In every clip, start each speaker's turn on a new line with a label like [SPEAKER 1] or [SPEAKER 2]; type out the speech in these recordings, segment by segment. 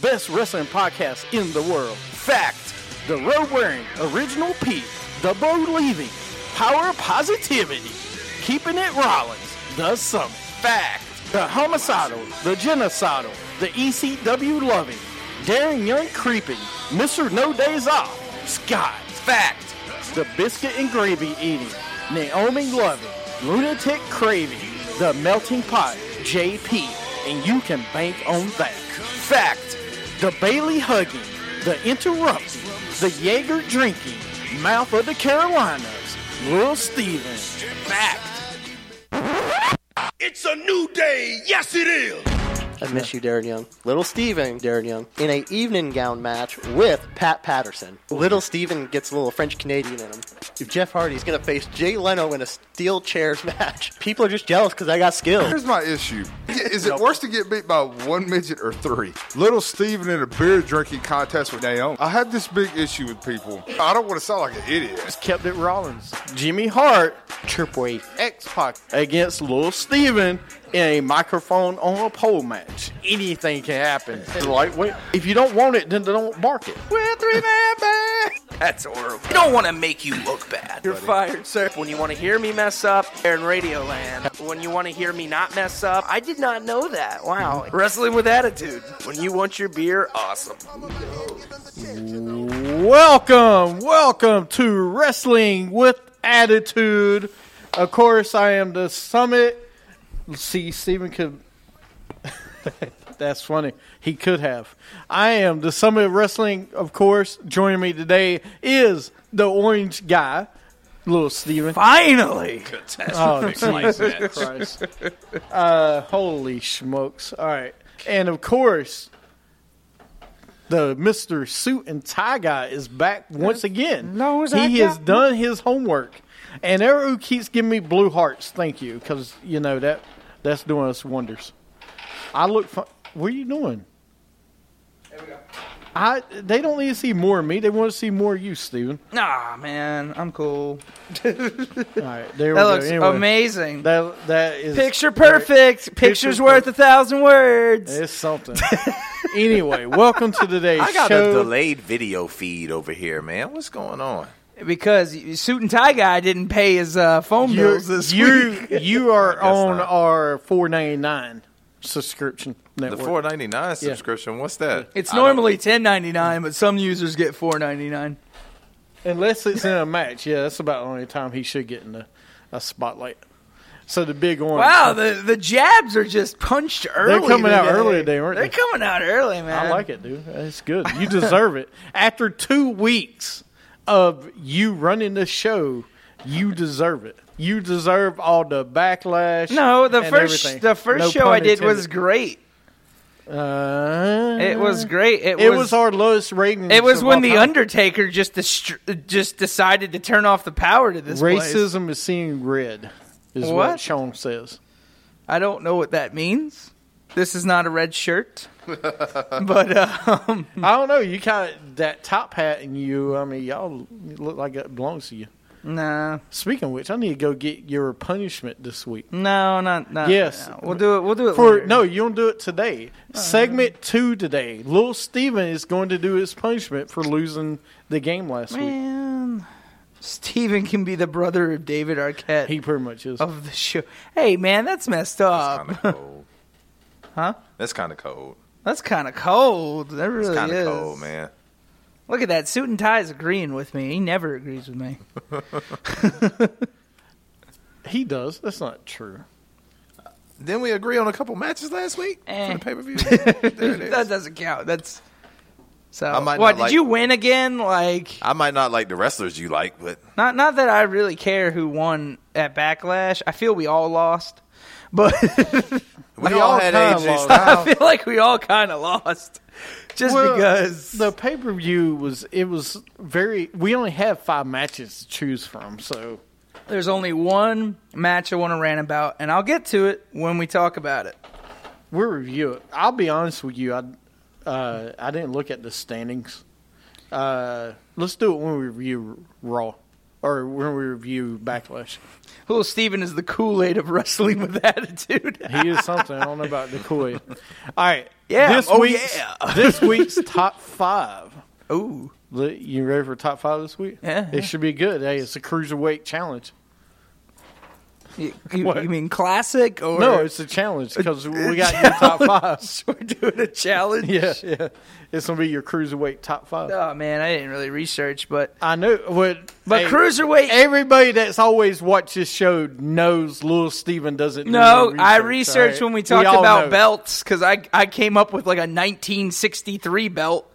[SPEAKER 1] best wrestling podcast in the world. Fact. The road wearing, original Pete, the believing, power positivity, keeping it Rollins, the summit. Fact. The homicidal, the genocidal, the ECW loving, daring young creeping, Mr. No Days Off, Scott. Fact. The biscuit and gravy eating, Naomi loving, lunatic craving, the melting pot, JP, and you can bank on that. Fact. The Bailey hugging, the interrupting, the Jaeger drinking, mouth of the Carolinas, Will Stevens. Fact.
[SPEAKER 2] It's a new day. Yes, it is.
[SPEAKER 3] I miss you, Darren Young. Little Steven, Darren Young, in a evening gown match with Pat Patterson. Little Steven gets a little French Canadian in him. If Jeff Hardy's going to face Jay Leno in a steel chairs match, people are just jealous because I got skills.
[SPEAKER 4] Here's my issue. Is it worse to get beat by one midget or three? Little Steven in a beer drinking contest with Naomi. I have this big issue with people. I don't want to sound like an idiot.
[SPEAKER 1] Kept it Rollins. Jimmy Hart
[SPEAKER 3] Chirpway.
[SPEAKER 4] X Pac.
[SPEAKER 1] against Lil Steven in a microphone on a pole match. Anything can happen. It's Lightweight. If you don't want it, then don't bark it. We're three man band.
[SPEAKER 5] That's horrible. I don't want to make you look bad. You're fired, sir. When you want to hear me mess up, Aaron Radio Land. When you want to hear me not mess up, I did not know that. Wow. Wrestling with attitude. When you want your beer, awesome.
[SPEAKER 1] Welcome, welcome to Wrestling with Attitude. Of course, I am the summit. Let's see, Steven could. That's funny. He could have. I am the summit of wrestling, of course. Joining me today is the orange guy, little Steven.
[SPEAKER 5] Finally.
[SPEAKER 1] Oh, Jesus Christ. Uh, holy smokes. All right. And of course, the Mr. Suit and Tie Guy is back once again.
[SPEAKER 6] No, is that
[SPEAKER 1] he has
[SPEAKER 6] guy-
[SPEAKER 1] done his homework. And Eru keeps giving me blue hearts. Thank you. Because, you know, that that's doing us wonders. I look. Fun- what are you doing? I, they don't need to see more of me. They want to see more of you, Steven.
[SPEAKER 6] Nah, man, I'm cool.
[SPEAKER 1] All right, there
[SPEAKER 6] That
[SPEAKER 1] we
[SPEAKER 6] looks
[SPEAKER 1] go. Anyway,
[SPEAKER 6] amazing.
[SPEAKER 1] That that is
[SPEAKER 6] Picture perfect. Picture's worth a thousand words.
[SPEAKER 1] It's something. anyway, welcome to today's
[SPEAKER 5] I got
[SPEAKER 1] show.
[SPEAKER 5] a delayed video feed over here, man. What's going on?
[SPEAKER 6] Because suit and tie guy didn't pay his uh, phone
[SPEAKER 1] You're-
[SPEAKER 6] bills this
[SPEAKER 1] you
[SPEAKER 6] week.
[SPEAKER 1] you are
[SPEAKER 5] I guess
[SPEAKER 1] on
[SPEAKER 5] not.
[SPEAKER 1] our four ninety nine subscription
[SPEAKER 5] The
[SPEAKER 1] network.
[SPEAKER 5] four ninety nine subscription. What's that?
[SPEAKER 6] It's
[SPEAKER 5] I don't-
[SPEAKER 6] normally ten ninety nine, but some users get four ninety nine.
[SPEAKER 1] Unless it's in a match, yeah, that's about the only time he should get in a, a spotlight. So the big orange.
[SPEAKER 6] Wow, the the jabs are just punched early.
[SPEAKER 1] coming out
[SPEAKER 6] today.
[SPEAKER 1] early today, aren't
[SPEAKER 6] They're
[SPEAKER 1] they?
[SPEAKER 6] coming out early, man.
[SPEAKER 1] I like it, dude. It's good. You deserve it. After two weeks of you running the show, you deserve it. You deserve all the backlash.
[SPEAKER 6] No, the
[SPEAKER 1] and
[SPEAKER 6] first
[SPEAKER 1] everything.
[SPEAKER 6] the first
[SPEAKER 1] No
[SPEAKER 6] show
[SPEAKER 1] pun
[SPEAKER 6] I did
[SPEAKER 1] intended.
[SPEAKER 6] was great.
[SPEAKER 1] Uh,
[SPEAKER 6] It was great. It,
[SPEAKER 1] It
[SPEAKER 6] was,
[SPEAKER 1] was our lowest rating.
[SPEAKER 6] It was
[SPEAKER 1] of
[SPEAKER 6] when
[SPEAKER 1] all
[SPEAKER 6] the
[SPEAKER 1] time.
[SPEAKER 6] Undertaker just destr- just decided to turn off the power to this place.
[SPEAKER 1] racism is seeing red, is what,
[SPEAKER 6] What?
[SPEAKER 1] Sean says.
[SPEAKER 6] I don't know what that means. This is not a red shirt, but uh, um,
[SPEAKER 1] I don't know. You kind of that top hat and you. I mean, y'all look like it belongs to you.
[SPEAKER 6] nah,
[SPEAKER 1] Speaking of which, I need to go get your punishment this week.
[SPEAKER 6] no, not not.
[SPEAKER 1] Yes.
[SPEAKER 6] no. we'll do it. We'll do it
[SPEAKER 1] For
[SPEAKER 6] later.
[SPEAKER 1] no, you don't do it today.
[SPEAKER 6] Oh,
[SPEAKER 1] Segment two today. Lil Steven is going to do his punishment for losing the game last week.
[SPEAKER 6] man. Steven can be the brother of David Arquette
[SPEAKER 1] He pretty much is.
[SPEAKER 6] of the show. Hey man, that's messed
[SPEAKER 5] That's
[SPEAKER 6] up.
[SPEAKER 5] kind of cold.
[SPEAKER 6] Um, Huh?
[SPEAKER 5] That's kind of cold.
[SPEAKER 6] That's kind of cold. That
[SPEAKER 5] It's
[SPEAKER 6] really
[SPEAKER 5] kind
[SPEAKER 6] is.
[SPEAKER 5] of cold, man.
[SPEAKER 6] Look at that suit and tie is agreeing with me. He never agrees with me.
[SPEAKER 1] He does. That's not true.
[SPEAKER 5] Didn't we agree on a couple matches last week
[SPEAKER 6] Eh.
[SPEAKER 5] for the pay per view? there it
[SPEAKER 6] that
[SPEAKER 5] is.
[SPEAKER 6] doesn't count. That's so.
[SPEAKER 5] I might
[SPEAKER 6] what
[SPEAKER 5] not
[SPEAKER 6] did
[SPEAKER 5] like-
[SPEAKER 6] you win again? Like
[SPEAKER 5] I might not like the wrestlers you like, but
[SPEAKER 6] not not that I really care who won at Backlash. I feel we all lost, but
[SPEAKER 1] We
[SPEAKER 5] we all,
[SPEAKER 1] all
[SPEAKER 5] had
[SPEAKER 1] kinda
[SPEAKER 5] AJ
[SPEAKER 1] lost.
[SPEAKER 6] I
[SPEAKER 5] Styles.
[SPEAKER 6] feel like we all kind of lost just
[SPEAKER 1] Well,
[SPEAKER 6] because.
[SPEAKER 1] the pay per view was it was very. We only have five matches to choose from, so
[SPEAKER 6] There's only one match I want to rant about, and I'll get to it when we talk about it.
[SPEAKER 1] we'll review it. I'll be honest with you. I uh, I didn't look at the standings. Uh, let's do it when we review Raw.
[SPEAKER 6] or when we review Backlash. Little Steven is the Kool Aid of wrestling with attitude.
[SPEAKER 1] He is something. I don't know about Decoy. All right.
[SPEAKER 6] Yeah,
[SPEAKER 1] This
[SPEAKER 6] oh
[SPEAKER 1] week's,
[SPEAKER 6] yeah.
[SPEAKER 1] this week's top five.
[SPEAKER 6] Ooh,
[SPEAKER 1] Li- You ready for top five this week?
[SPEAKER 6] Yeah, yeah.
[SPEAKER 1] It should be good. Hey, it's a cruiserweight challenge.
[SPEAKER 6] you, you,
[SPEAKER 1] What?
[SPEAKER 6] you mean classic or
[SPEAKER 1] No, it's a challenge because we got your top five.
[SPEAKER 6] we're doing a challenge?
[SPEAKER 1] Yeah, yeah. It's gonna be your cruiserweight top five.
[SPEAKER 6] Oh man, I didn't really research, but
[SPEAKER 1] I know, but
[SPEAKER 6] but
[SPEAKER 1] hey,
[SPEAKER 6] cruiserweight.
[SPEAKER 1] Everybody that's always watched this show knows Little Steven doesn't. do
[SPEAKER 6] no,
[SPEAKER 1] research,
[SPEAKER 6] I researched
[SPEAKER 1] all right?
[SPEAKER 6] when we talked
[SPEAKER 1] all
[SPEAKER 6] about
[SPEAKER 1] know.
[SPEAKER 6] belts because I I came up with like a 1963 belt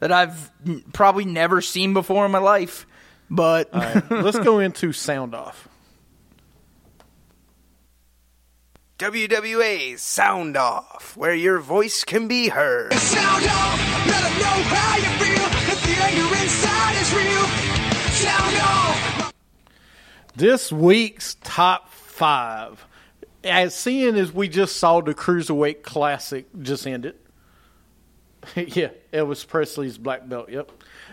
[SPEAKER 6] that I've n- probably never seen before in my life. But
[SPEAKER 1] All right, let's go into sound off.
[SPEAKER 5] WWA Sound Off, where your voice can be heard.
[SPEAKER 7] Sound off, let 'em know how you feel. The feeling inside is real. Sound off.
[SPEAKER 1] This week's top five. As seeing as we just saw the Cruiserweight Classic just ended. yeah, Elvis Presley's black belt. Yep.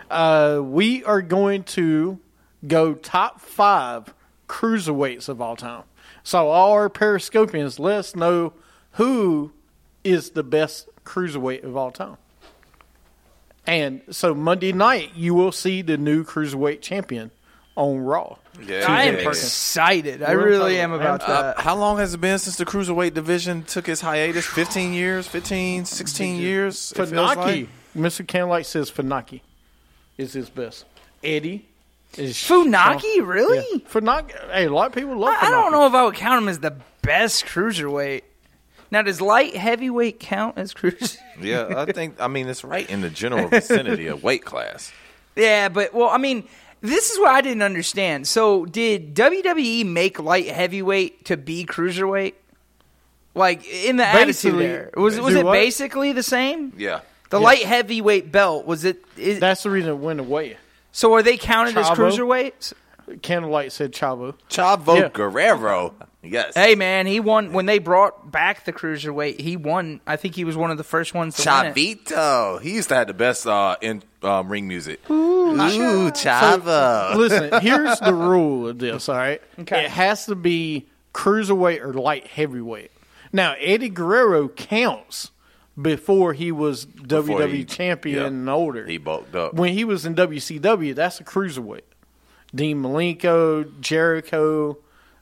[SPEAKER 1] Uh, we are going to go top five cruiserweights of all time. So, all our Periscopians, let us know who is the best cruiserweight of all time. And so, Monday night, you will see the new cruiserweight champion on Raw.
[SPEAKER 6] I am
[SPEAKER 1] Tuesday.
[SPEAKER 6] excited. I
[SPEAKER 1] We're
[SPEAKER 6] really
[SPEAKER 1] excited.
[SPEAKER 6] am about
[SPEAKER 8] Uh,
[SPEAKER 6] that.
[SPEAKER 8] how long has it been since the cruiserweight division took its hiatus? 15 years, 15, 16 years. it feels
[SPEAKER 1] Funaki.
[SPEAKER 8] like?
[SPEAKER 1] Mr. Candlelight says Funaki is his best. Eddie is
[SPEAKER 6] Funaki,
[SPEAKER 1] Yeah.
[SPEAKER 6] really?
[SPEAKER 1] Funaki. Hey, a lot of people love.
[SPEAKER 6] I, I
[SPEAKER 1] Funaki.
[SPEAKER 6] don't know if I would count him as the best cruiserweight. Now, does light heavyweight count as cruiser?
[SPEAKER 8] Yeah, I think. I mean, it's right in the general vicinity of weight class.
[SPEAKER 6] yeah, but well, I mean, this is what I didn't understand. So, did WWE make light heavyweight to be cruiserweight? Like in the attitude
[SPEAKER 1] Basically,
[SPEAKER 6] there, was was
[SPEAKER 1] do
[SPEAKER 6] it
[SPEAKER 1] what?
[SPEAKER 6] basically the same?
[SPEAKER 8] Yeah.
[SPEAKER 6] The light heavyweight belt was it? Is,
[SPEAKER 1] That's the reason it went away.
[SPEAKER 6] so are they counted as
[SPEAKER 1] Chavo?
[SPEAKER 6] cruiserweights?
[SPEAKER 1] Candlelight said Chavo.
[SPEAKER 8] Chavo
[SPEAKER 1] Yeah.
[SPEAKER 8] Guerrero. Yes.
[SPEAKER 6] Hey man, he won when they brought back the cruiserweight. He won. I think he was one of the first ones to win it.
[SPEAKER 8] Chavito. He used to have the best uh, in um, ring music. Ooh, Chavo.
[SPEAKER 1] Listen, here's the rule of this. All right,
[SPEAKER 6] Okay.
[SPEAKER 1] it has to be cruiserweight or light heavyweight. Now, Eddie Guerrero counts before he was WWE
[SPEAKER 8] he-
[SPEAKER 1] champion
[SPEAKER 8] yeah.
[SPEAKER 1] and older.
[SPEAKER 8] He bulked up.
[SPEAKER 1] when he was in WCW, that's a cruiserweight. Dean Malenko, Jericho,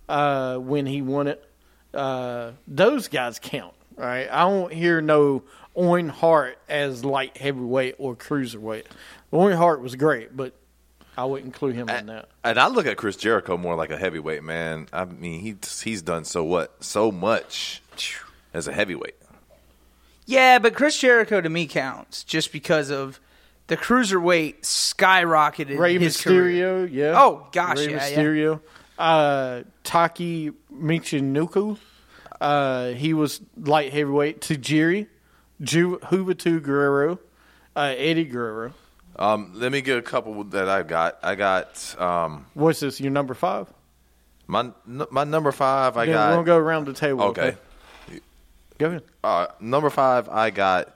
[SPEAKER 1] uh, when he won it, uh, those guys count. All right, I don't hear no Owen Hart as light heavyweight or cruiserweight. Owen Hart was great, but I would include
[SPEAKER 6] Uh,
[SPEAKER 1] him in that.
[SPEAKER 8] And I look at Chris Jericho more like a heavyweight man. I mean, he he's done so what so much as a heavyweight.
[SPEAKER 6] Yeah, but Chris Jericho to me counts just because of the cruiserweight skyrocketed
[SPEAKER 1] Ray
[SPEAKER 6] his career.
[SPEAKER 1] Mysterio, yeah.
[SPEAKER 6] Oh, gosh,
[SPEAKER 1] Ray
[SPEAKER 6] yeah, yeah.
[SPEAKER 1] Mysterio, Uh, Taki Michinoku, uh, he was light heavyweight. Tajiri, Ju- Juventud Guerrero, uh, Eddie Guerrero.
[SPEAKER 8] Um, let me get a couple that I got. I got um,
[SPEAKER 1] What's this? Your number five?
[SPEAKER 8] my n- my number five. I
[SPEAKER 1] Yeah,
[SPEAKER 8] got
[SPEAKER 1] we're gonna go around the table.
[SPEAKER 8] okay.
[SPEAKER 1] go ahead.
[SPEAKER 8] Uh, number five. I got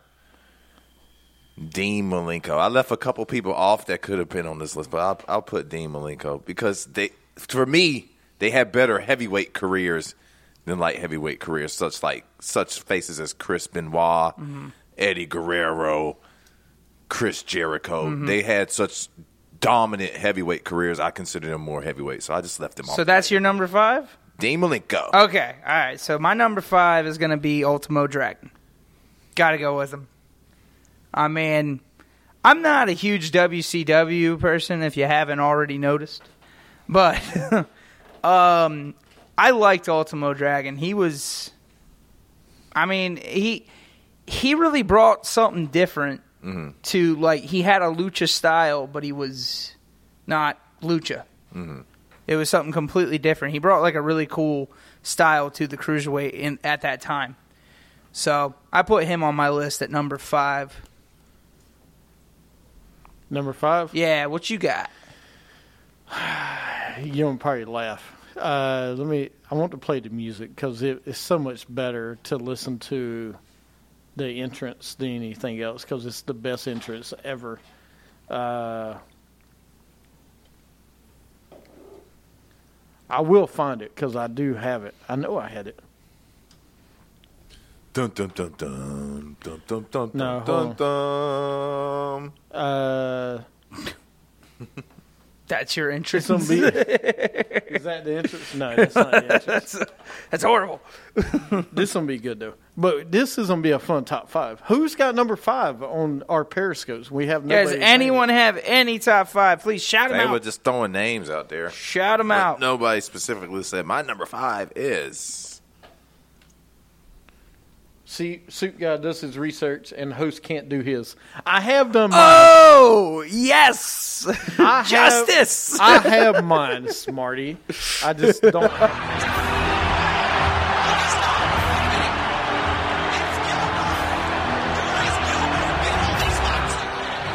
[SPEAKER 8] Dean Malenko. I left a couple people off that could have been on this list, but I'll, I'll put Dean Malenko because they for me they had better heavyweight careers than light heavyweight careers. Such like such faces as Chris Benoit, Eddie Guerrero. Chris Jericho. They had such dominant heavyweight careers. I consider them more heavyweight, so I just left them off.
[SPEAKER 6] So that's your number five?
[SPEAKER 8] Dean Malenko.
[SPEAKER 6] Okay, all right. So my number five is going to be Ultimo Dragon. Got to go with him. I mean, I'm not a huge WCW person, if you haven't already noticed, but um, I liked Ultimo Dragon. He was, I mean, he he really brought something different to like he had a lucha style, but he was not lucha. It was something completely different. He brought like a really cool style to the cruiserweight in, at that time. So I put him on my list at number five.
[SPEAKER 1] Number five.
[SPEAKER 6] Yeah, what you got?
[SPEAKER 1] You're gonna probably laugh. Uh, let me. I want to play the music because it, it's so much better to listen to the entrance than anything else because it's the best entrance ever. Uh,
[SPEAKER 9] I will find it because I do have it. I know I had it.
[SPEAKER 8] Dun dun dun dun dun dun dun
[SPEAKER 9] No,
[SPEAKER 8] dun
[SPEAKER 9] hold
[SPEAKER 8] dun.
[SPEAKER 9] Uh,
[SPEAKER 6] That's your entrance.
[SPEAKER 9] gonna be- is that the entrance? No, that's not the entrance.
[SPEAKER 6] that's, that's horrible.
[SPEAKER 9] this gonna be good though. But this is gonna be a fun top five. Who's got number five on our periscopes? We have
[SPEAKER 6] Does
[SPEAKER 9] nobody.
[SPEAKER 6] anyone have any top five? Please shout them
[SPEAKER 8] They were
[SPEAKER 6] out.
[SPEAKER 8] just throwing names out there.
[SPEAKER 6] Shout them out.
[SPEAKER 8] But nobody specifically said my number five is.
[SPEAKER 9] See, Soup Guy does his research, and host can't do his. I have done mine.
[SPEAKER 6] Oh yes,
[SPEAKER 9] I have-
[SPEAKER 6] justice.
[SPEAKER 9] I have mine, Smarty. I just don't.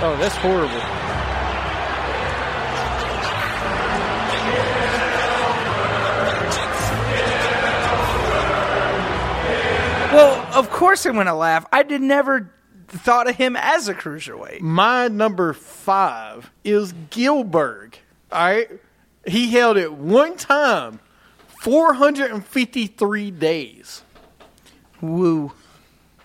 [SPEAKER 9] Oh, that's horrible.
[SPEAKER 6] well, of course I'm gonna laugh. I did never thought of him as a cruiserweight.
[SPEAKER 9] My number five is Gilberg. All right. He held it one time, 453 days.
[SPEAKER 6] Woo.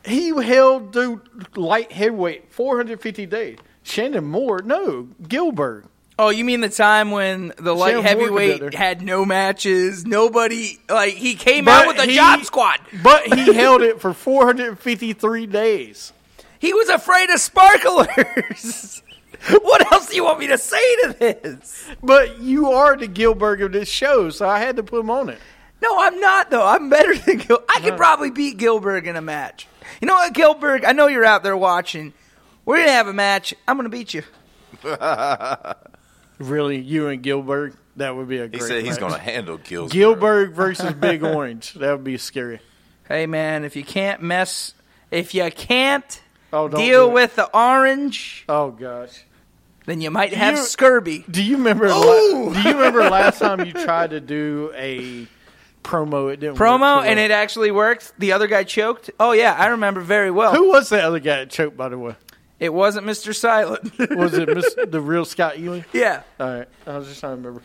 [SPEAKER 9] He held the light heavyweight 450 days. Shannon Moore, no, Gilberg.
[SPEAKER 6] Oh, you mean the time when the light
[SPEAKER 9] Sam Morgan did
[SPEAKER 6] heavyweight
[SPEAKER 9] it.
[SPEAKER 6] had no matches? Nobody like he came out with a
[SPEAKER 9] he-
[SPEAKER 6] job squad.
[SPEAKER 9] But he held it for 453 days.
[SPEAKER 6] He was afraid of sparklers. what else do you want me to say to this?
[SPEAKER 9] But you are the Gilberg of this show, so I had to put him on it.
[SPEAKER 6] No, I'm not though. I'm better than Gil. I could probably beat Gilbert in a match. You know what, Gilbert? I know you're out there watching. We're gonna have a match. I'm gonna beat you.
[SPEAKER 9] Really, you and Gilberg? That would be a
[SPEAKER 8] He
[SPEAKER 9] great
[SPEAKER 8] said he's
[SPEAKER 9] match.
[SPEAKER 8] going to handle Gilbert.
[SPEAKER 9] Gilbert versus Big Orange. That would be scary.
[SPEAKER 6] Hey man, if you can't mess, if you can't
[SPEAKER 9] Oh, don't
[SPEAKER 6] deal
[SPEAKER 9] do it.
[SPEAKER 6] with the orange,
[SPEAKER 9] Oh gosh.
[SPEAKER 6] then you might have
[SPEAKER 9] You-
[SPEAKER 6] scurvy.
[SPEAKER 9] Do you remember? La- do you remember last time you tried to do a promo? It didn't
[SPEAKER 6] promo
[SPEAKER 9] work so
[SPEAKER 6] and
[SPEAKER 9] well?
[SPEAKER 6] it actually worked. The other guy choked. Oh yeah, I remember very well.
[SPEAKER 9] Who was the other guy that choked? By the way,
[SPEAKER 6] It wasn't Mr. Silent.
[SPEAKER 9] was it Miss, the real Scott Ely?
[SPEAKER 6] yeah.
[SPEAKER 9] All right, I was just trying to remember.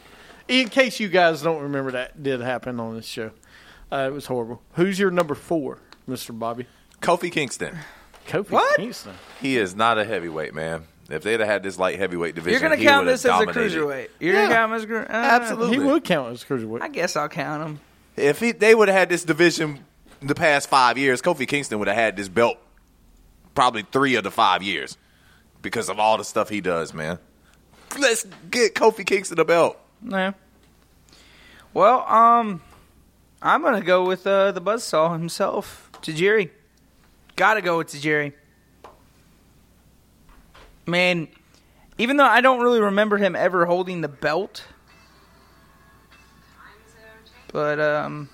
[SPEAKER 9] In case you guys don't remember, that did happen on this show. Uh, it was horrible. Who's your number four, Mister Bobby?
[SPEAKER 8] Kofi Kingston.
[SPEAKER 9] Kofi
[SPEAKER 6] What?
[SPEAKER 9] Kingston.
[SPEAKER 8] He is not a heavyweight, man. If they'd have had this light heavyweight division,
[SPEAKER 6] You're gonna
[SPEAKER 8] he
[SPEAKER 6] count
[SPEAKER 8] would've
[SPEAKER 6] this as a
[SPEAKER 8] dominated.
[SPEAKER 6] cruiserweight. You're
[SPEAKER 9] Yeah.
[SPEAKER 6] gonna count him as a cruiserweight.
[SPEAKER 8] Absolutely.
[SPEAKER 9] He would count as cruiserweight.
[SPEAKER 6] I guess I'll count him.
[SPEAKER 8] If he, they would have had this division the past five years, Kofi Kingston would have had this belt probably three of the five years because of all the stuff he does, man. Let's get Kofi Kingston a belt.
[SPEAKER 6] Yeah. Well, um, I'm gonna go with uh, the buzzsaw himself, Tajiri. Gotta go with Tajiri. Man, even though I don't really remember him ever holding the belt, but um,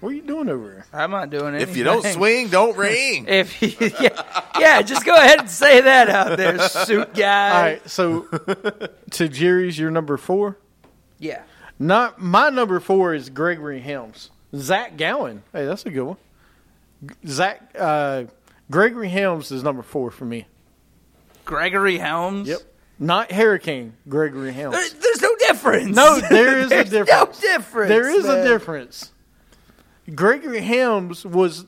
[SPEAKER 9] What are you doing over here?
[SPEAKER 6] I'm not doing it.
[SPEAKER 8] If you don't swing, don't ring.
[SPEAKER 6] if he, yeah, yeah, just go ahead and say that out there, suit guy.
[SPEAKER 9] All right, so to Jerry's your number four.
[SPEAKER 6] Yeah.
[SPEAKER 9] Not my number four is Gregory Helms. Zach Gowen. Hey, that's a good one. G- Zach uh, Gregory Helms is number four for me.
[SPEAKER 6] Gregory Helms.
[SPEAKER 9] Not Hurricane Gregory Helms.
[SPEAKER 6] There- Uh, there's no difference.
[SPEAKER 9] No, there is a
[SPEAKER 6] There's
[SPEAKER 9] difference.
[SPEAKER 6] No difference.
[SPEAKER 9] There is a
[SPEAKER 6] man.
[SPEAKER 9] difference. Gregory Helms was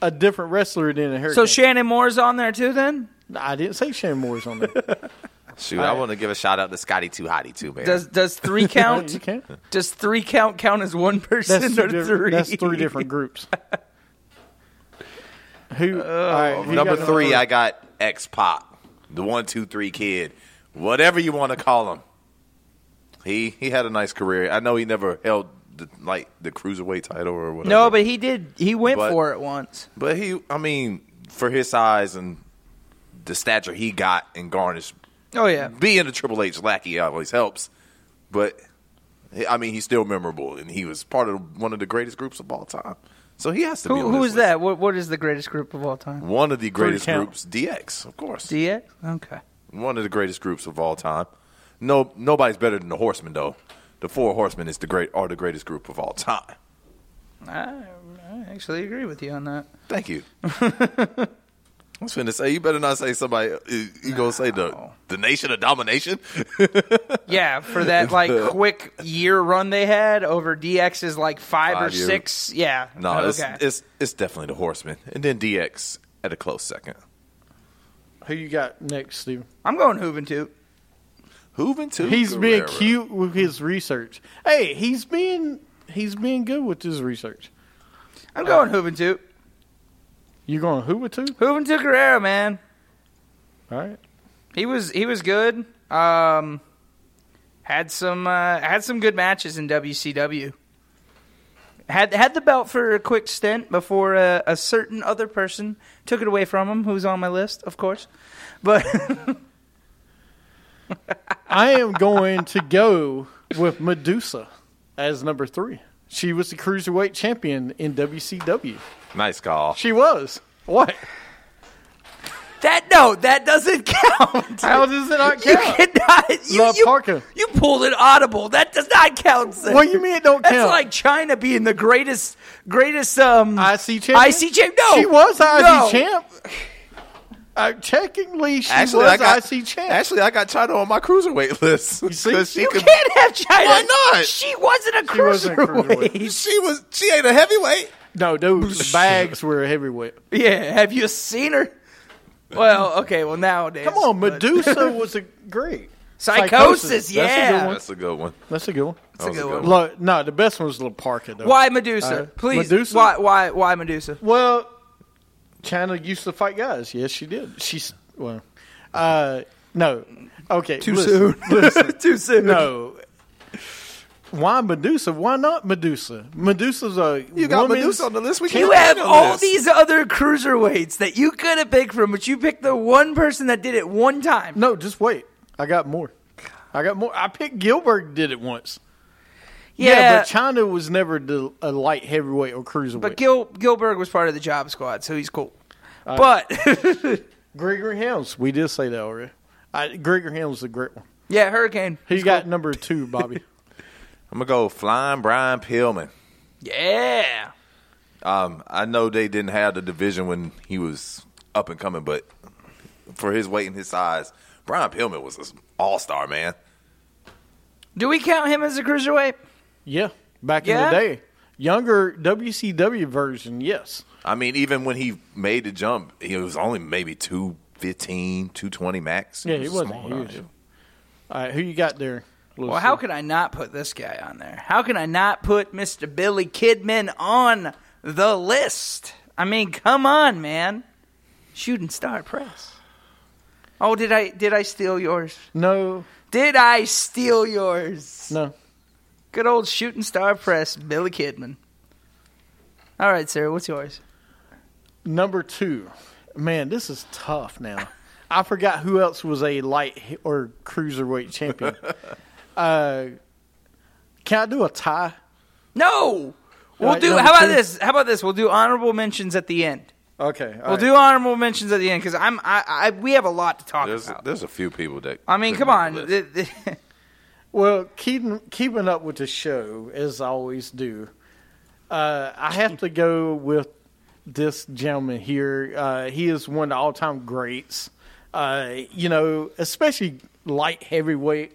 [SPEAKER 9] a different wrestler than a Hurricane.
[SPEAKER 6] So Shannon Moore's on there too, then?
[SPEAKER 9] I didn't say Shane Moore's on there.
[SPEAKER 8] Shoot, I want to give a shout out to Scotty Too Hottie too, man.
[SPEAKER 6] Does does three
[SPEAKER 9] you
[SPEAKER 6] count?
[SPEAKER 9] can't.
[SPEAKER 6] does three count count as one person
[SPEAKER 9] That's two
[SPEAKER 6] or
[SPEAKER 9] different-
[SPEAKER 6] three?
[SPEAKER 9] That's three different groups. Who? all right, who you
[SPEAKER 8] number
[SPEAKER 9] got
[SPEAKER 8] three, I got X Pop, the one, two, three kid, whatever you want to call him. He he had a nice career. I know he never held the, like the cruiserweight title or whatever.
[SPEAKER 6] No, but he did. He went
[SPEAKER 8] But-
[SPEAKER 6] for it once.
[SPEAKER 8] But he, I mean, for his size and the stature he got and garnished,
[SPEAKER 6] Oh yeah.
[SPEAKER 8] being a Triple H lackey always helps. But I mean, he's still memorable, and he was part of one of the greatest groups of all time. So he has to be.
[SPEAKER 6] Who
[SPEAKER 8] on
[SPEAKER 6] who
[SPEAKER 8] this
[SPEAKER 6] is
[SPEAKER 8] list.
[SPEAKER 6] that? What what is the greatest group of all time?
[SPEAKER 8] One of the greatest
[SPEAKER 9] count.
[SPEAKER 8] groups, DX, of course.
[SPEAKER 6] DX. Okay.
[SPEAKER 8] one of the greatest groups of all time. No, nobody's better than the Horsemen, though. The Four Horsemen is the great are the greatest group of all time.
[SPEAKER 6] I, I actually agree with you on that.
[SPEAKER 8] Thank you. I was finna say you better not say somebody. You you gonna say the the nation of domination?
[SPEAKER 6] Yeah, for that like quick year run they had over DX's like five,
[SPEAKER 8] Five
[SPEAKER 6] or
[SPEAKER 8] years.
[SPEAKER 6] six. Yeah.
[SPEAKER 8] No, it's,
[SPEAKER 6] okay.
[SPEAKER 8] it's it's definitely the Horseman, and then DX at a close second.
[SPEAKER 9] Who you got next, Steven?
[SPEAKER 6] I'm going Hooventoot.
[SPEAKER 8] Hooven too.
[SPEAKER 9] He's being
[SPEAKER 8] Guerrero.
[SPEAKER 9] cute with his research. Hey, he's being he's being good with his research.
[SPEAKER 6] I'm going Hooventoot.
[SPEAKER 9] You going who with two?
[SPEAKER 6] Hooventoot Guerrero, man.
[SPEAKER 9] All right.
[SPEAKER 6] He was he was good. Um, had some uh, had some good matches in WCW. Had had the belt for a quick stint before a, a certain other person took it away from him, who's on my list, of course. But
[SPEAKER 9] I am going to go with Medusa as number three. She was the cruiserweight champion in WCW.
[SPEAKER 8] Nice call.
[SPEAKER 9] She was. What?
[SPEAKER 6] that no, that doesn't count.
[SPEAKER 9] How does it not
[SPEAKER 6] You
[SPEAKER 9] count?
[SPEAKER 6] cannot. You,
[SPEAKER 9] Love
[SPEAKER 6] you,
[SPEAKER 9] Parker.
[SPEAKER 6] you pulled an audible. That does not count. Sid.
[SPEAKER 9] What you mean it don't
[SPEAKER 6] That's
[SPEAKER 9] count?
[SPEAKER 6] like China being the greatest, greatest um
[SPEAKER 9] IC champion.
[SPEAKER 6] IC champ. No,
[SPEAKER 9] She was IC
[SPEAKER 6] No.
[SPEAKER 9] champ. Uh, technically, she
[SPEAKER 8] Actually,
[SPEAKER 9] was
[SPEAKER 8] I got
[SPEAKER 9] IC champ.
[SPEAKER 8] Actually, I got China on my cruiserweight list
[SPEAKER 9] see?
[SPEAKER 8] because she
[SPEAKER 6] You
[SPEAKER 8] could.
[SPEAKER 6] can't have China.
[SPEAKER 8] Why not?
[SPEAKER 6] She wasn't a
[SPEAKER 9] She wasn't a
[SPEAKER 6] cruiserweight.
[SPEAKER 8] She was. She ain't a heavyweight.
[SPEAKER 9] no, dude, the bags were heavyweight.
[SPEAKER 6] yeah, have you seen her? Well, okay. Well, nowadays,
[SPEAKER 9] Come on,
[SPEAKER 6] but-
[SPEAKER 9] Medusa was a great.
[SPEAKER 6] Psychosis.
[SPEAKER 9] Psychosis. That's a good
[SPEAKER 6] Yeah,
[SPEAKER 9] one.
[SPEAKER 8] That's a good one.
[SPEAKER 9] That's a good one.
[SPEAKER 8] That's
[SPEAKER 6] a good one.
[SPEAKER 9] Look, no, the best one was Little Parker though.
[SPEAKER 6] why Medusa?
[SPEAKER 9] Uh,
[SPEAKER 6] Please,
[SPEAKER 9] Medusa?
[SPEAKER 6] why, why, why Medusa?
[SPEAKER 9] Well, China used to fight guys. Yes, she did. She's well, uh, no, okay, too
[SPEAKER 6] soon. Too soon.
[SPEAKER 9] no. Why Medusa? Why not Medusa? Medusa's a
[SPEAKER 8] You got
[SPEAKER 9] woman's-
[SPEAKER 8] Medusa on the list. We can't
[SPEAKER 6] You
[SPEAKER 8] put
[SPEAKER 6] have
[SPEAKER 8] it on
[SPEAKER 6] all
[SPEAKER 8] this.
[SPEAKER 6] these other cruiserweights that you could have picked from, but you picked the one person that did it one time.
[SPEAKER 9] No, just wait. I got more. I got more. I picked Gilbert. Did it once.
[SPEAKER 6] yeah,
[SPEAKER 9] but China was never the, a light heavyweight or cruiserweight.
[SPEAKER 6] but Gil Gilbert was part of the job squad, so he's cool.
[SPEAKER 9] Uh,
[SPEAKER 6] but
[SPEAKER 9] Gregory Helms. We did say that already. I, Gregory Helms is a great one.
[SPEAKER 6] yeah, Hurricane.
[SPEAKER 9] He got number two, Bobby.
[SPEAKER 8] I'm gonna go flying Brian Pillman.
[SPEAKER 6] Yeah.
[SPEAKER 8] Um, I know they didn't have the division when he was up and coming, but for his weight and his size, Brian Pillman was an all star man.
[SPEAKER 6] Do we count him as a cruiserweight?
[SPEAKER 9] yeah, back
[SPEAKER 6] Yeah?
[SPEAKER 9] in the day, younger WCW version. Yes,
[SPEAKER 8] I mean, even when he made the jump, he was only maybe 215, 220 max.
[SPEAKER 9] yeah, he
[SPEAKER 8] a
[SPEAKER 9] wasn't
[SPEAKER 8] small
[SPEAKER 9] huge.
[SPEAKER 8] guy.
[SPEAKER 9] All right, who you got there?
[SPEAKER 6] Well, how could I not put this guy on there? How can I not put Mr. Billy Kidman on the list? I mean, come on, man. Shooting Star Press. Oh, did I did I steal yours?
[SPEAKER 9] No,
[SPEAKER 6] Did I steal yours?
[SPEAKER 9] no.
[SPEAKER 6] Good old Shooting Star Press, Billy Kidman. All right, Sarah, what's yours?
[SPEAKER 9] Number two, man, this is tough now. I forgot who else was a light he- or cruiserweight champion. uh, can I do a tie?
[SPEAKER 6] No. We'll
[SPEAKER 9] right,
[SPEAKER 6] do.
[SPEAKER 9] number
[SPEAKER 6] How about
[SPEAKER 9] two.
[SPEAKER 6] this? How about this? We'll do honorable mentions at the end.
[SPEAKER 9] Okay,
[SPEAKER 6] We'll do honorable mentions at the end because I'm. I, I. We have a lot to talk
[SPEAKER 8] There's,
[SPEAKER 6] about.
[SPEAKER 8] there's a few people that.
[SPEAKER 6] I mean,
[SPEAKER 8] couldn't
[SPEAKER 6] come on.
[SPEAKER 8] make the list.
[SPEAKER 6] Th- th-
[SPEAKER 9] Well, keeping keeping up with the show as I always do, uh, I have to go with this gentleman here. Uh, he is one of the all time greats. Uh, you know, especially light heavyweight.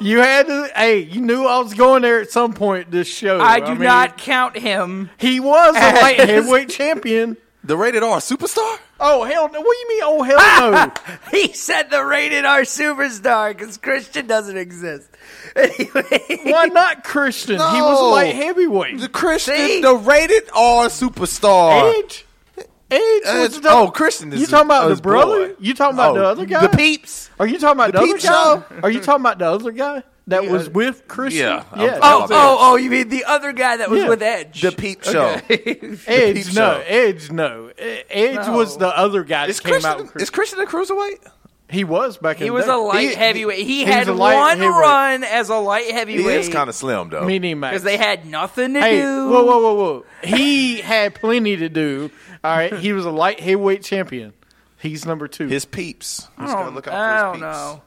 [SPEAKER 9] You had to, hey, you knew I was going there at some point this show.
[SPEAKER 6] I do
[SPEAKER 9] mean,
[SPEAKER 6] not count him.
[SPEAKER 9] He was a
[SPEAKER 6] As-
[SPEAKER 9] light heavyweight champion.
[SPEAKER 8] The rated R superstar?
[SPEAKER 9] Oh hell no! What do you mean? Oh hell no!
[SPEAKER 6] He said the rated R superstar because Christian doesn't exist. Anyway,
[SPEAKER 9] Why not Christian? He was a
[SPEAKER 8] No.
[SPEAKER 9] light heavyweight.
[SPEAKER 8] The Christian,
[SPEAKER 6] See?
[SPEAKER 8] the rated R superstar.
[SPEAKER 9] Edge. Edge.
[SPEAKER 8] Uh,
[SPEAKER 9] was the-
[SPEAKER 8] oh, Christian is
[SPEAKER 9] You talking about
[SPEAKER 8] uh,
[SPEAKER 9] the
[SPEAKER 8] his
[SPEAKER 9] brother?
[SPEAKER 8] boy.
[SPEAKER 9] You talking about
[SPEAKER 8] Oh,
[SPEAKER 9] the other guy?
[SPEAKER 8] The peeps.
[SPEAKER 9] Are you talking about
[SPEAKER 8] the
[SPEAKER 9] the, other
[SPEAKER 8] Peep
[SPEAKER 9] guy?
[SPEAKER 8] Show?
[SPEAKER 9] Are you talking about the other guy that was with Christian?
[SPEAKER 8] Yeah, I'm-
[SPEAKER 9] Yeah.
[SPEAKER 8] I'm-
[SPEAKER 6] oh, oh, oh! You mean the other guy that was
[SPEAKER 9] Yeah.
[SPEAKER 6] with Edge?
[SPEAKER 8] The peep show. Peep
[SPEAKER 9] Edge. No.
[SPEAKER 8] Show.
[SPEAKER 9] Edge. No. E- Edge was the other guy that
[SPEAKER 8] Is
[SPEAKER 9] came out.
[SPEAKER 8] Christian,
[SPEAKER 9] With
[SPEAKER 8] is
[SPEAKER 9] Christian.
[SPEAKER 8] Christian a cruiserweight?
[SPEAKER 9] He was back in.
[SPEAKER 6] he was
[SPEAKER 9] the
[SPEAKER 6] a
[SPEAKER 9] day.
[SPEAKER 6] light
[SPEAKER 8] He-
[SPEAKER 6] heavyweight. He,
[SPEAKER 9] he was
[SPEAKER 6] had
[SPEAKER 9] a light
[SPEAKER 6] one
[SPEAKER 9] heavyweight.
[SPEAKER 6] run as a light
[SPEAKER 8] He
[SPEAKER 6] heavyweight.
[SPEAKER 8] is kind of slim, though.
[SPEAKER 9] Mini Max.
[SPEAKER 6] because they had nothing to
[SPEAKER 9] Hey,
[SPEAKER 6] do.
[SPEAKER 9] whoa, whoa, whoa, whoa. He had plenty to do. All right. He was a light heavyweight champion. He's number two.
[SPEAKER 8] His peeps. He's
[SPEAKER 6] I
[SPEAKER 8] gotta
[SPEAKER 6] don't,
[SPEAKER 8] look
[SPEAKER 6] Oh, I
[SPEAKER 8] out for
[SPEAKER 6] don't
[SPEAKER 8] his peeps.
[SPEAKER 6] know.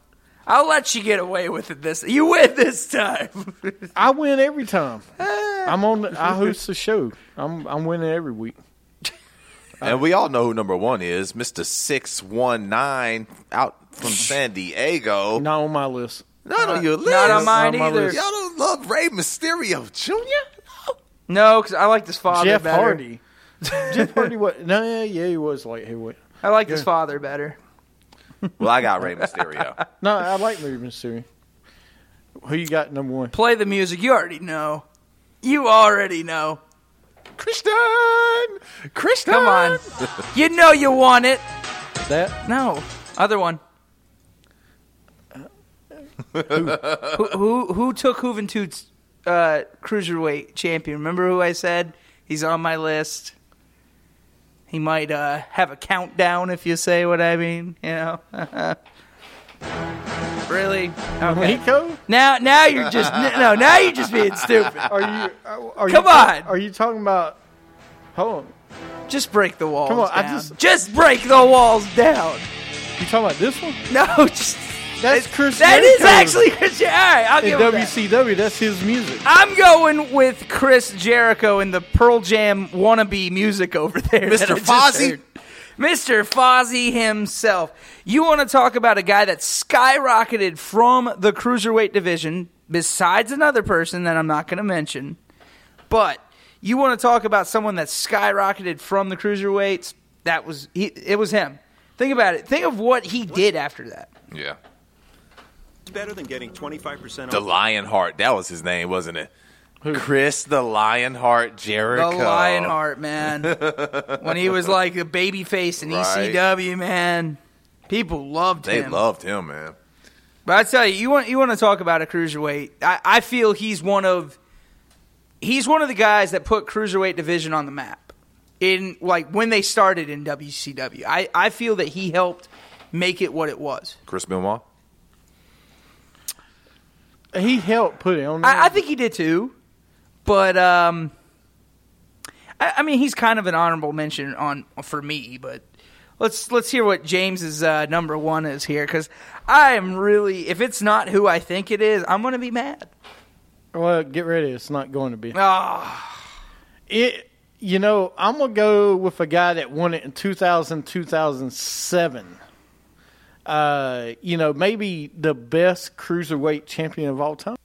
[SPEAKER 6] I'll let you get away with it this. You win this time.
[SPEAKER 9] I win every time. I'm on. The, I host the show. I'm I'm winning every week.
[SPEAKER 8] And we all know who number one is, Mister Six One Nine, out from San Diego.
[SPEAKER 9] Not on my list.
[SPEAKER 8] Not on your list.
[SPEAKER 6] Not on mine
[SPEAKER 9] Not on my
[SPEAKER 6] either.
[SPEAKER 9] list.
[SPEAKER 8] Y'all don't love Ray Mysterio Jr.
[SPEAKER 6] No, because I liked his father
[SPEAKER 9] Jeff
[SPEAKER 6] better.
[SPEAKER 9] Hardy. Jeff Hardy was no, yeah, yeah, he was like heavyweight.
[SPEAKER 6] I liked his father better.
[SPEAKER 8] Well, I got Ray Mysterio.
[SPEAKER 9] No, I like Ray Mysterio. Who you got number one?
[SPEAKER 6] Play the music. You already know. You already know.
[SPEAKER 8] Christian, Christian.
[SPEAKER 6] Come on. you know you want it.
[SPEAKER 9] That
[SPEAKER 6] No. Other one. who, who who took Juventude's uh, cruiserweight champion? Remember who I said he's on my list. He might uh, have a countdown if you say what I mean. You know. really? Okay.
[SPEAKER 9] Rico?
[SPEAKER 6] Now now you're just no now you're just being stupid.
[SPEAKER 9] Are you? uh, Are you
[SPEAKER 6] Come on.
[SPEAKER 9] Are you talking about? Hold on.
[SPEAKER 6] Just break the walls.
[SPEAKER 9] Come on, I
[SPEAKER 6] down.
[SPEAKER 9] just-
[SPEAKER 6] break the walls down.
[SPEAKER 9] You talking about this one?
[SPEAKER 6] No, just
[SPEAKER 9] That's Chris.
[SPEAKER 6] that is
[SPEAKER 9] Jericho
[SPEAKER 6] actually Chris. Jer- All right, I'll
[SPEAKER 9] in
[SPEAKER 6] give him that.
[SPEAKER 9] WCW. That's his music.
[SPEAKER 6] I'm going with Chris Jericho and the Pearl Jam wannabe music over there. that I
[SPEAKER 8] Mr.
[SPEAKER 6] just
[SPEAKER 8] Fozzy.
[SPEAKER 6] heard. Mr. Fozzy himself. You want to talk about a guy that skyrocketed from the cruiserweight division, besides another person that I'm not going to mention. But you want to talk about someone that skyrocketed from the cruiserweights? That was he, it. Was him. Think about it. Think of what he did after that.
[SPEAKER 8] Yeah,
[SPEAKER 10] Better than getting 25%
[SPEAKER 8] the Lionheart. That was his name, wasn't it? Chris the Lionheart
[SPEAKER 6] The
[SPEAKER 8] Jericho.
[SPEAKER 6] Lionheart, man. when he was like a baby face in
[SPEAKER 8] Right.
[SPEAKER 6] ECW, man. People loved
[SPEAKER 8] They
[SPEAKER 6] him.
[SPEAKER 8] loved him, man.
[SPEAKER 6] but I tell you, you want you want to talk about a cruiserweight. I, I feel he's one of he's one of the guys that put cruiserweight division on the map. In like when they started in WCW. I, I feel that he helped make it what it was.
[SPEAKER 8] Chris Benoit.
[SPEAKER 9] He helped put it on.
[SPEAKER 6] I, I think he did too, but um, I, I mean he's kind of an honorable mention on for me. But let's let's hear what James's uh, number one is here because I am really if it's not who I think it is, I'm gonna be mad.
[SPEAKER 9] well, get ready. It's not going to be.
[SPEAKER 8] Oh,
[SPEAKER 6] Ah,
[SPEAKER 9] It. You know, I'm gonna go with a guy that won it in 2000, 2007. Uh, you know, maybe the best cruiserweight champion of all time.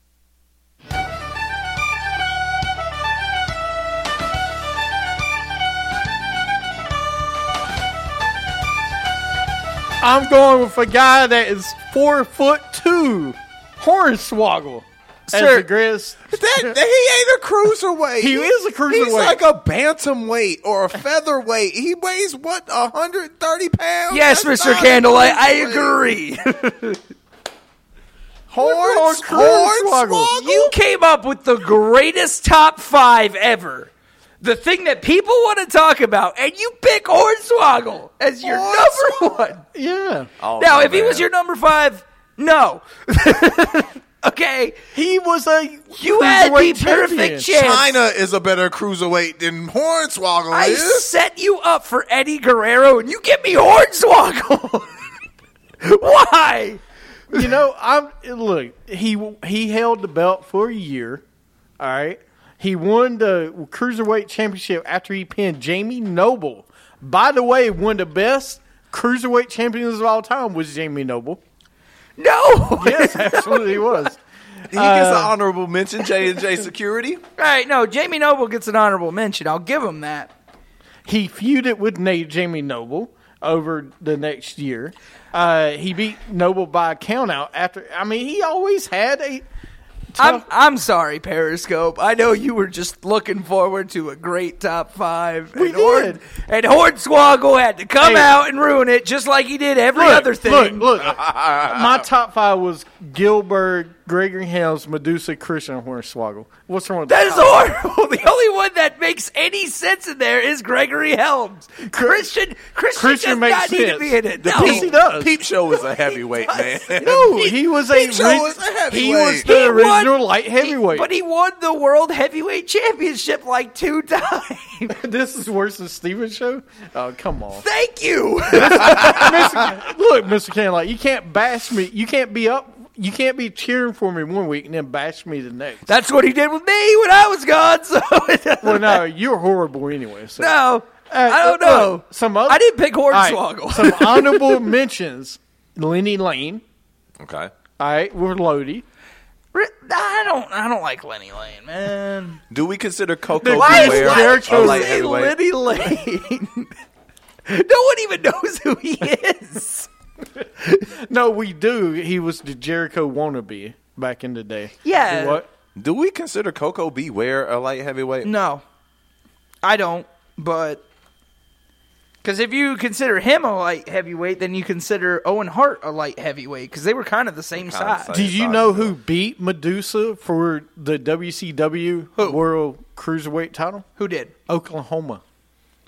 [SPEAKER 9] I'm going with a guy that is four foot two, Hornswoggle. As
[SPEAKER 6] Sir.
[SPEAKER 9] the greatest
[SPEAKER 8] That, that- he ain't a cruiserweight.
[SPEAKER 9] He is a cruiserweight.
[SPEAKER 8] He's like a bantamweight or a featherweight. He weighs what, hundred thirty pounds?
[SPEAKER 6] yes,
[SPEAKER 8] That's
[SPEAKER 6] Mister
[SPEAKER 8] not a
[SPEAKER 6] Candlelight, I
[SPEAKER 8] cruiserweight.
[SPEAKER 6] agree.
[SPEAKER 8] Horns,
[SPEAKER 9] Horn- Hornswoggle.
[SPEAKER 8] Hornswoggle.
[SPEAKER 6] you came up with the greatest top five ever. The thing that people want to talk about, and you pick Hornswoggle as your number one.
[SPEAKER 9] Yeah.
[SPEAKER 8] Oh,
[SPEAKER 6] Now,
[SPEAKER 8] no,
[SPEAKER 6] if he was
[SPEAKER 8] man.
[SPEAKER 6] your number five, no. okay,
[SPEAKER 9] He was a
[SPEAKER 6] you had the
[SPEAKER 9] Cruiserweight champion.
[SPEAKER 6] perfect chance.
[SPEAKER 8] China is a better cruiserweight than Hornswoggle
[SPEAKER 6] I
[SPEAKER 8] is.
[SPEAKER 6] set you up for Eddie Guerrero, and you give me Hornswoggle. Why?
[SPEAKER 9] you know, I'm look. He he held the belt for a year. All right. He won the cruiserweight championship after he pinned Jamie Noble. By the way, one of the best cruiserweight champions of all time was Jamie Noble.
[SPEAKER 6] No.
[SPEAKER 9] Yes, absolutely he was.
[SPEAKER 8] He gets
[SPEAKER 6] Uh,
[SPEAKER 8] an honorable mention. J and J Security.
[SPEAKER 6] All right, no. Jamie Noble gets an honorable mention. I'll give him that.
[SPEAKER 9] He feuded with Na- Jamie Noble over the next year. Uh, he beat Noble by a countout after. I mean, he always had a.
[SPEAKER 6] I'm I'm sorry, Periscope. I know you were just looking forward to a great top five.
[SPEAKER 9] We
[SPEAKER 6] and Horn-
[SPEAKER 9] did.
[SPEAKER 6] and Hornswoggle had to come
[SPEAKER 9] Hey.
[SPEAKER 6] out and ruin it, just like he did every
[SPEAKER 9] Look,
[SPEAKER 6] other thing.
[SPEAKER 9] Look, look. my top five was Gilbert, Gregory Helms, Medusa, Christian Hornswoggle. What's wrong with
[SPEAKER 5] That is
[SPEAKER 9] the top?
[SPEAKER 5] horrible. The only one that makes any sense in there is Gregory Helms. Christian Christian,
[SPEAKER 9] Christian
[SPEAKER 5] does
[SPEAKER 9] makes
[SPEAKER 5] not need to
[SPEAKER 9] sense.
[SPEAKER 5] be in it.
[SPEAKER 8] The
[SPEAKER 5] no.
[SPEAKER 8] peep,
[SPEAKER 9] he does.
[SPEAKER 8] Peep Show was a heavyweight, man.
[SPEAKER 9] No, he was a,
[SPEAKER 8] Big Show
[SPEAKER 9] ri-
[SPEAKER 8] was a
[SPEAKER 9] he was
[SPEAKER 8] heavyweight.
[SPEAKER 9] the
[SPEAKER 5] He won-
[SPEAKER 9] original light
[SPEAKER 5] he-
[SPEAKER 9] heavyweight.
[SPEAKER 5] but he won the world heavyweight championship like two times.
[SPEAKER 9] this is worse than Steven's show. Oh come on,
[SPEAKER 5] Thank you.
[SPEAKER 9] Mr. look, Mister Canlight, you can't bash me. You can't be up. You can't be cheering for me one week and then bash me the next.
[SPEAKER 5] That's what he did with me when I was gone. So it doesn't
[SPEAKER 9] Well, no, you're horrible anyway. So.
[SPEAKER 5] No,
[SPEAKER 9] Uh,
[SPEAKER 5] I don't
[SPEAKER 9] uh,
[SPEAKER 5] know.
[SPEAKER 9] some other,
[SPEAKER 5] I didn't pick
[SPEAKER 9] All right,
[SPEAKER 5] Hornswoggle.
[SPEAKER 9] some honorable mentions: Lenny Lane.
[SPEAKER 8] Okay.
[SPEAKER 9] All right, we're Lodi.
[SPEAKER 5] Re- I don't. I don't like Lenny Lane, man.
[SPEAKER 8] Do we consider Coco
[SPEAKER 5] Why is
[SPEAKER 8] Beware
[SPEAKER 5] Jared
[SPEAKER 8] a
[SPEAKER 5] Chose
[SPEAKER 8] light
[SPEAKER 5] say
[SPEAKER 8] heavyweight?
[SPEAKER 5] Lenny Lane? no one even knows who he is.
[SPEAKER 9] No, we do. He was the Jericho wannabe back in the day.
[SPEAKER 5] Yeah.
[SPEAKER 9] Do What?
[SPEAKER 8] Do we consider Coco Beware a light heavyweight?
[SPEAKER 6] No, I don't. But because if you consider him a light heavyweight, then you consider Owen Hart a light heavyweight because they were kind of the same
[SPEAKER 8] Kind of
[SPEAKER 6] size.
[SPEAKER 8] the same.
[SPEAKER 9] Did you
[SPEAKER 8] Sorry,
[SPEAKER 9] know
[SPEAKER 8] sorry.
[SPEAKER 9] who beat Medusa for the WCW World Cruiserweight title?
[SPEAKER 6] Who did?
[SPEAKER 5] Uh,
[SPEAKER 9] Oklahoma.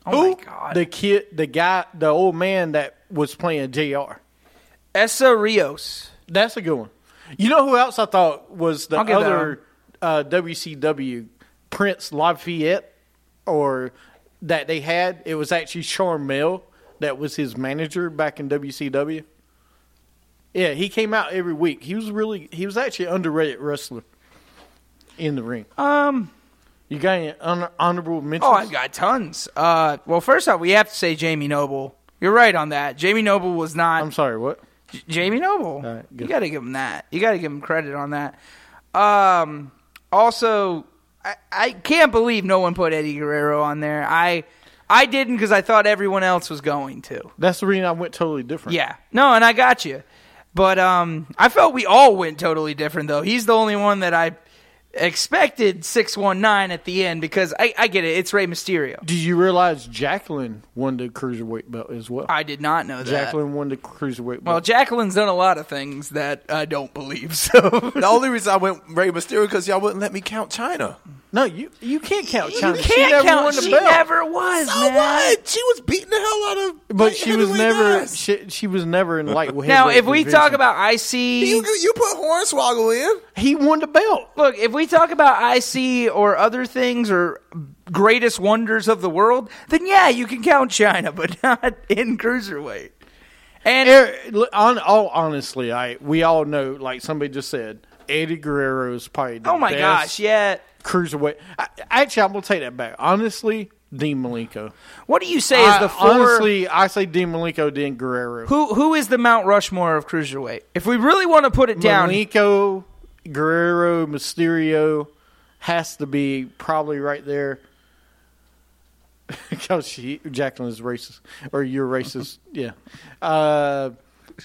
[SPEAKER 6] Oh my god,
[SPEAKER 9] The kid, the guy, the old man that was playing JR.
[SPEAKER 6] Essa Rios.
[SPEAKER 9] That's a good one. You know who else I thought was the
[SPEAKER 6] I'll give that
[SPEAKER 9] other uh, WCW Prince Lafayette, or that they had? It was actually Charmel that was his manager back in WCW. Yeah, he came out every week. He was really he was actually an underrated wrestler in the ring.
[SPEAKER 6] Um.
[SPEAKER 9] You got any honor- honorable mentions?
[SPEAKER 6] Oh, I've got tons. Uh. Well, first off, we have to say Jamie Noble. You're right on that. Jamie Noble was not.
[SPEAKER 9] I'm sorry, what?
[SPEAKER 6] J- Jamie Noble.
[SPEAKER 9] right,
[SPEAKER 6] you
[SPEAKER 9] good.
[SPEAKER 6] got to give him that. You got to give him credit on that. Um, also, I, I can't believe no one put Eddie Guerrero on there. I I didn't because I thought everyone else was going to.
[SPEAKER 9] That's the reason I went totally different.
[SPEAKER 6] Yeah. No, and I got you. But um, I felt we all went totally different though. He's the only one that I expected six one nine at the end because I, I get it. It's Rey Mysterio.
[SPEAKER 9] Did you realize Jacqueline won the cruiserweight belt as well?
[SPEAKER 6] I did not know that.
[SPEAKER 9] Jacqueline won the cruiserweight belt.
[SPEAKER 6] Well, Jacqueline's done a lot of things that I don't believe. So
[SPEAKER 8] The only reason I went Ray Mysterio because y'all wouldn't let me count China.
[SPEAKER 9] No, you you can't count
[SPEAKER 6] You
[SPEAKER 9] China.
[SPEAKER 6] can't
[SPEAKER 9] she never
[SPEAKER 6] count.
[SPEAKER 9] won the
[SPEAKER 6] she
[SPEAKER 9] belt.
[SPEAKER 6] never was, man.
[SPEAKER 8] She was beating the hell out of.
[SPEAKER 9] but she was never she, she was never in lightweight.
[SPEAKER 6] Now, if we talk
[SPEAKER 9] division.
[SPEAKER 6] about IC,
[SPEAKER 8] you put Hornswoggle in.
[SPEAKER 9] he won the belt,
[SPEAKER 6] look, if we talk about IC or other things or greatest wonders of the world, then yeah, you can count China, but not in cruiserweight. And
[SPEAKER 9] Eric, look, on all honestly, I we all know like somebody just said Eddie Guerrero is probably the
[SPEAKER 6] oh my
[SPEAKER 9] best
[SPEAKER 6] gosh, yeah.
[SPEAKER 9] cruiserweight. I, actually, I'm gonna take that back. Honestly, Dean Malenko.
[SPEAKER 6] What do you say is
[SPEAKER 9] I-
[SPEAKER 6] the Uh, four?
[SPEAKER 9] honestly, I say Dean Malenko, then Guerrero.
[SPEAKER 6] who who is the Mount Rushmore of cruiserweight? If we really want to put it down,
[SPEAKER 9] Malenko, Guerrero, Mysterio has to be probably right there. Because she, Jacqueline is racist, or you're racist, yeah. Uh,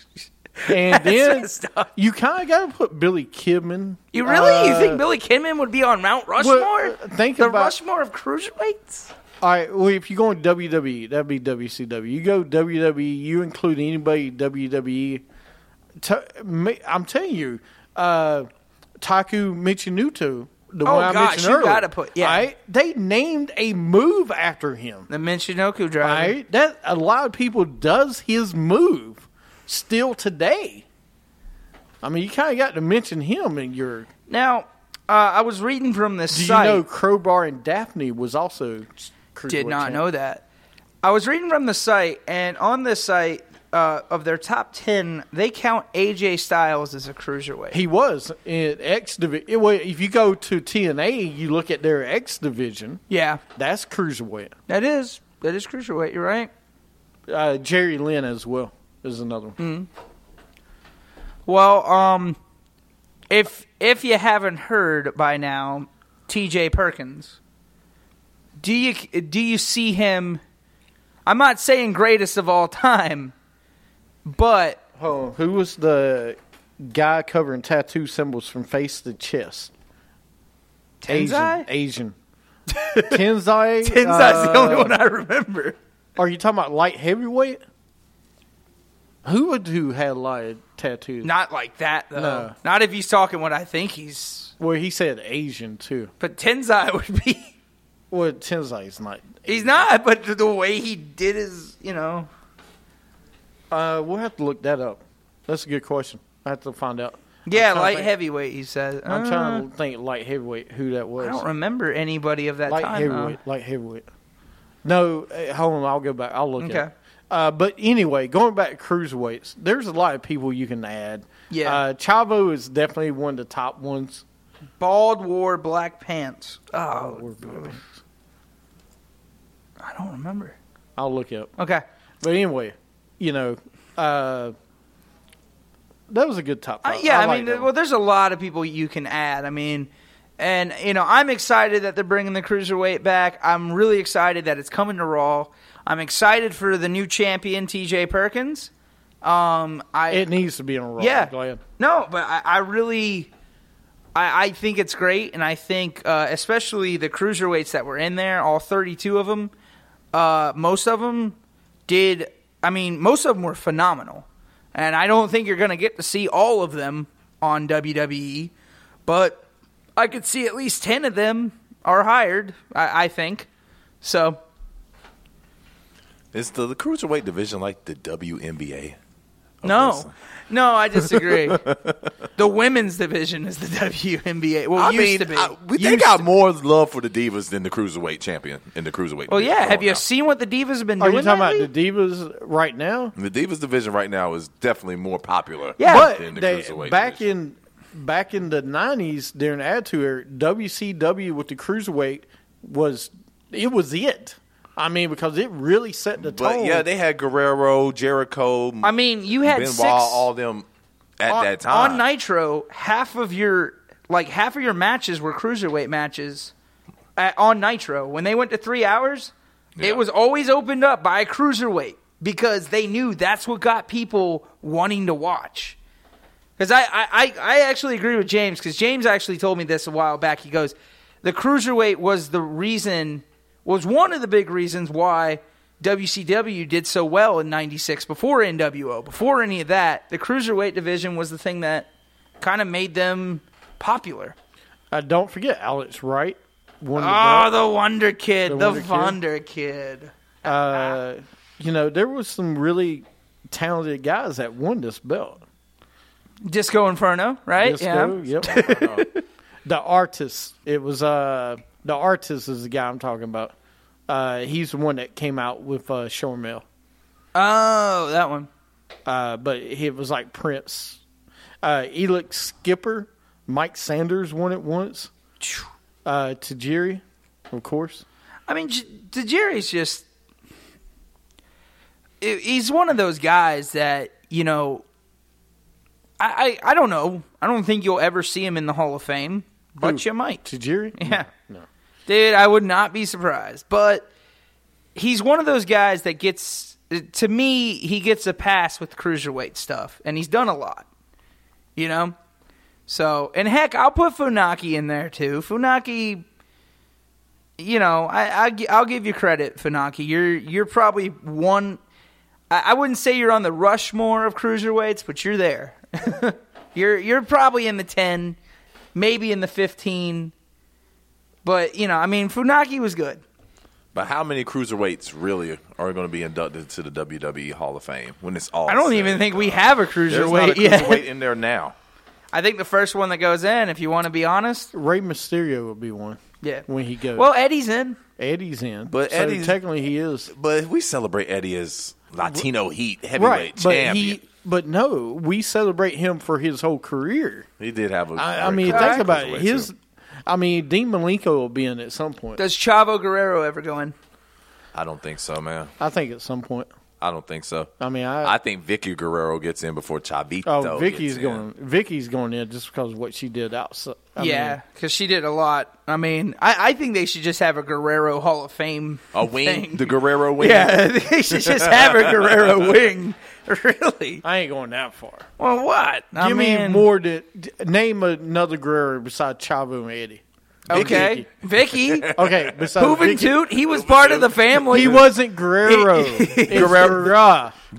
[SPEAKER 9] and then
[SPEAKER 6] messed up.
[SPEAKER 9] you kind of got to put Billy Kidman.
[SPEAKER 6] you really you
[SPEAKER 9] Uh,
[SPEAKER 6] think Billy Kidman would be on Mount Rushmore?
[SPEAKER 9] uh, think
[SPEAKER 6] the
[SPEAKER 9] about-
[SPEAKER 6] Rushmore of cruiserweights.
[SPEAKER 9] All right, well, if you go on WWE, that'd be WCW. You go WWE, you include anybody WWE. To, me, I'm telling you, uh, Taku Michinoku, the
[SPEAKER 6] Oh,
[SPEAKER 9] one I
[SPEAKER 6] gosh,
[SPEAKER 9] mentioned
[SPEAKER 6] you
[SPEAKER 9] earlier.
[SPEAKER 6] gotta put- yeah.
[SPEAKER 9] right? they named a move after him.
[SPEAKER 6] The Michinoku driver.
[SPEAKER 9] Right, that a lot of people does his move still today. I mean, you kind of got to mention him in your.
[SPEAKER 6] Now, uh, I was reading from this
[SPEAKER 9] Do you
[SPEAKER 6] site.
[SPEAKER 9] know Crowbar and Daphne was also
[SPEAKER 6] Did not know that. I was reading from the site, and on this site uh, of their top ten, they count AJ Styles as a cruiserweight.
[SPEAKER 9] He was in X division. Well, if you go to TNA, you look at their X division.
[SPEAKER 6] yeah,
[SPEAKER 9] That's cruiserweight.
[SPEAKER 6] that is that is cruiserweight. You're right.
[SPEAKER 9] Uh, Jerry Lynn as well is another one.
[SPEAKER 6] Well, um, if if you haven't heard by now, T.J. Perkins, do you do you see him? I'm not saying greatest of all time, but
[SPEAKER 9] Hold
[SPEAKER 6] Mm-hmm.
[SPEAKER 9] on. Who was the guy covering tattoo symbols from face to chest?
[SPEAKER 6] Tenzai?
[SPEAKER 9] Asian. Asian. Tenzai.
[SPEAKER 6] Tenzai's
[SPEAKER 9] uh,
[SPEAKER 6] the only one I remember.
[SPEAKER 9] Are you talking about light heavyweight? Who would who had a lot of tattoos?
[SPEAKER 6] Not like that though.
[SPEAKER 9] No.
[SPEAKER 6] Not if he's talking what I think he's.
[SPEAKER 9] Well, he said Asian too.
[SPEAKER 6] But Tenzai would be.
[SPEAKER 9] Well, Tenzai's not.
[SPEAKER 6] He's not. But the- the way he did his, you know,
[SPEAKER 9] Uh, we'll have to look that up. That's a good question. I have to find out.
[SPEAKER 6] yeah,
[SPEAKER 9] trying to
[SPEAKER 6] light
[SPEAKER 9] think.
[SPEAKER 6] heavyweight. He says.
[SPEAKER 9] I'm trying to think light heavyweight who that was.
[SPEAKER 6] Uh, I don't remember anybody of that
[SPEAKER 9] light
[SPEAKER 6] time. though.
[SPEAKER 9] heavyweight. Light heavyweight. No, eh, hold on. I'll go back. I'll look. Okay.
[SPEAKER 6] Okay.
[SPEAKER 9] Uh, but anyway, going back to cruiserweights, there's a lot of people you can add.
[SPEAKER 6] Yeah.
[SPEAKER 9] Uh, Chavo is definitely one of the top ones.
[SPEAKER 6] Bald wore black pants. Oh, I don't remember.
[SPEAKER 9] I'll look it up.
[SPEAKER 6] Okay.
[SPEAKER 9] But anyway, you know, uh, that was a good top.
[SPEAKER 6] Uh,
[SPEAKER 9] five.
[SPEAKER 6] yeah, I,
[SPEAKER 9] like
[SPEAKER 6] mean,
[SPEAKER 9] that one.
[SPEAKER 6] well, there's a lot of people you can add. I mean, and you know, I'm excited that they're bringing the cruiserweight back. I'm really excited that it's coming to Raw. I'm excited for the new champion T.J. Perkins. Um, I
[SPEAKER 9] it needs to be on Raw.
[SPEAKER 6] Yeah.
[SPEAKER 9] I'm glad.
[SPEAKER 6] No, but I, I really, I, I think it's great, and I think uh, especially the cruiserweights that were in there, all 32 of them, uh, most of them did. I mean, most of them were phenomenal, and I don't think you're going to get to see all of them on WWE, but I could see at least 10 of them are hired. I, I think so.
[SPEAKER 8] Is the, the cruiserweight division like the WNBA?
[SPEAKER 6] No,
[SPEAKER 8] listen.
[SPEAKER 6] no, I disagree. the women's division is the WNBA. Well,
[SPEAKER 8] I
[SPEAKER 6] used
[SPEAKER 8] mean,
[SPEAKER 6] to be.
[SPEAKER 8] I, we, they
[SPEAKER 6] Used
[SPEAKER 8] got more love for the divas than the cruiserweight champion in the cruiserweight.
[SPEAKER 6] Well, Oh, yeah.
[SPEAKER 8] division. Oh,
[SPEAKER 6] Have
[SPEAKER 8] Come
[SPEAKER 6] you
[SPEAKER 8] on
[SPEAKER 6] seen what the divas have been
[SPEAKER 9] Are
[SPEAKER 6] doing?
[SPEAKER 9] you talking about
[SPEAKER 6] lately?
[SPEAKER 9] the divas right now?
[SPEAKER 8] now. the divas division right now is definitely more popular.
[SPEAKER 6] Yeah.
[SPEAKER 8] than
[SPEAKER 9] but
[SPEAKER 8] the
[SPEAKER 9] they,
[SPEAKER 8] cruiserweight
[SPEAKER 9] back
[SPEAKER 8] division.
[SPEAKER 9] in back in the nineties during the Attitude Era, WCW with the cruiserweight was it was it. I mean, because it really set the
[SPEAKER 8] but
[SPEAKER 9] tone.
[SPEAKER 8] yeah, they had Guerrero, Jericho,
[SPEAKER 6] I mean, you had
[SPEAKER 8] Benoit,
[SPEAKER 6] six
[SPEAKER 8] all them at
[SPEAKER 6] on,
[SPEAKER 8] that time.
[SPEAKER 6] on Nitro. Half of your like half of your matches were cruiserweight matches at, on Nitro. When they went to three hours,
[SPEAKER 8] Yeah.
[SPEAKER 6] it was always opened up by a cruiserweight because they knew that's what got people wanting to watch. Because I, I, I, I actually agree with James, because James actually told me this a while back. He goes, the cruiserweight was the reason, was one of the big reasons why WCW did so well in 96 before NWO, before any of that. The cruiserweight division was the thing that kind of made them popular.
[SPEAKER 9] Uh, don't forget Alex Wright. One of
[SPEAKER 6] Oh, the Wonder Kid, the,
[SPEAKER 9] The Wonder Kid?
[SPEAKER 6] Wonder Kid.
[SPEAKER 9] the, uh, you know, there was some really talented guys that won this belt.
[SPEAKER 6] Disco Inferno, right?
[SPEAKER 9] Disco, Yep. the artist. It was uh the artist is the guy I'm talking about. Uh, he's the one that came out with uh, Showmill.
[SPEAKER 6] Oh, that one.
[SPEAKER 9] uh, but it was like Prince. Uh, Elix Skipper, Mike Sanders won it once. Uh, to Jerry, of course.
[SPEAKER 6] I mean, J- Tajiri's just. he- He's one of those guys that, you know. I, I, I don't know. I don't think you'll ever see him in the Hall of Fame, but you might.
[SPEAKER 9] To Jerry,
[SPEAKER 6] Yeah. Dude, I would not be surprised. But he's one of those guys that gets. To me, he gets a pass with cruiserweight stuff, and he's done a lot. You know? So, and heck, I'll put Funaki in there too. Funaki you know, I, I gi- I'll give you credit, Funaki. You're you're probably one. I, I wouldn't say you're on the Rushmore of cruiserweights, but you're there. you're you're probably in the ten, maybe in the fifteen. But you know, I mean, Funaki was good.
[SPEAKER 8] but how many cruiserweights really are going to be inducted to the WWE Hall of Fame when it's all?
[SPEAKER 6] I don't
[SPEAKER 8] said
[SPEAKER 6] even
[SPEAKER 8] and
[SPEAKER 6] think we
[SPEAKER 8] done?
[SPEAKER 6] have a
[SPEAKER 8] There's not a
[SPEAKER 6] cruiserweight
[SPEAKER 8] cruiserweight
[SPEAKER 6] yet.
[SPEAKER 8] in there now.
[SPEAKER 6] I think the first one that goes in, if you want to be honest,
[SPEAKER 9] Ray Mysterio would be one.
[SPEAKER 6] yeah.
[SPEAKER 9] When he goes,
[SPEAKER 6] Well, Eddie's in.
[SPEAKER 9] Eddie's in,
[SPEAKER 8] But
[SPEAKER 9] so
[SPEAKER 8] Eddie's-
[SPEAKER 9] technically he is
[SPEAKER 8] But we celebrate Eddie as Latino Heat heavyweight
[SPEAKER 9] right. But
[SPEAKER 8] champion.
[SPEAKER 9] he, but no, we celebrate him for his whole career.
[SPEAKER 8] He did have a.
[SPEAKER 9] I, I
[SPEAKER 8] great
[SPEAKER 9] mean,
[SPEAKER 8] career
[SPEAKER 9] think about
[SPEAKER 8] cruiserweight,
[SPEAKER 9] it. His,
[SPEAKER 8] too.
[SPEAKER 9] I mean, Dean Malenko will be in at some point.
[SPEAKER 6] Does Chavo Guerrero ever go in?
[SPEAKER 8] I don't think so, man.
[SPEAKER 9] I think at some point.
[SPEAKER 8] I don't think so.
[SPEAKER 9] I mean,
[SPEAKER 8] I think Vicky Guerrero gets in before Chavito.
[SPEAKER 9] Oh, Vicky's
[SPEAKER 8] gets in.
[SPEAKER 9] going. Vicky's going in just because of what she did outside. I
[SPEAKER 6] yeah,
[SPEAKER 9] mean,
[SPEAKER 6] because she did a lot. I mean, I, I think they should just have a Guerrero Hall of Fame.
[SPEAKER 8] A wing,
[SPEAKER 6] thing.
[SPEAKER 8] the Guerrero wing.
[SPEAKER 6] Yeah, they should just have a Guerrero wing. Really?
[SPEAKER 9] I ain't going that far.
[SPEAKER 6] Well, what? I
[SPEAKER 9] Give me
[SPEAKER 6] mean,
[SPEAKER 9] more to d- name another Guerrero besides Chavo and Eddie.
[SPEAKER 6] Okay, Vicky.
[SPEAKER 9] Okay, besides
[SPEAKER 6] Hooven
[SPEAKER 9] Vicky,
[SPEAKER 6] Toot, he was part of the family.
[SPEAKER 9] he wasn't Guerrero. It's Guerrero.
[SPEAKER 8] Guerrero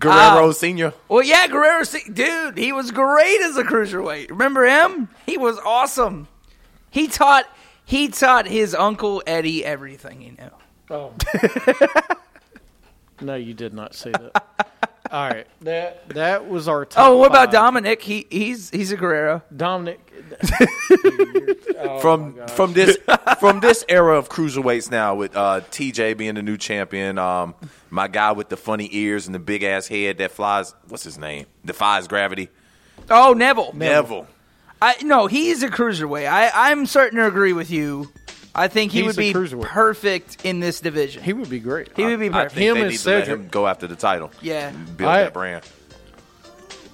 [SPEAKER 9] Ah.
[SPEAKER 6] Uh,
[SPEAKER 8] Senior.
[SPEAKER 6] Well, yeah, Guerrero, Se- dude, he was great as a cruiserweight. Remember him? He was awesome. He taught he taught his uncle Eddie everything he knew.
[SPEAKER 9] Oh. no, you did not say that. All right, that that was our. Top
[SPEAKER 6] Oh, what about
[SPEAKER 9] five.
[SPEAKER 6] Dominic? He he's he's a Guerrero.
[SPEAKER 9] Dominic? Oh,
[SPEAKER 8] from from this from this era of cruiserweights now with uh, TJ being the new champion, um, my guy with the funny ears and the big ass head that flies what's his name defies gravity
[SPEAKER 6] Oh, Neville.
[SPEAKER 8] Neville.
[SPEAKER 6] I no, he's a cruiserweight. I I'm certain to agree with you. I think he
[SPEAKER 9] He's
[SPEAKER 6] would be
[SPEAKER 9] a cruiserweight. Uh,
[SPEAKER 6] perfect in this division.
[SPEAKER 9] He would be great.
[SPEAKER 6] He would be
[SPEAKER 8] I
[SPEAKER 6] perfect.
[SPEAKER 8] think
[SPEAKER 9] Him
[SPEAKER 8] they
[SPEAKER 9] and
[SPEAKER 8] need to let
[SPEAKER 9] Cedric.
[SPEAKER 8] him go after the title.
[SPEAKER 6] Yeah.
[SPEAKER 8] build
[SPEAKER 9] I-
[SPEAKER 8] that brand.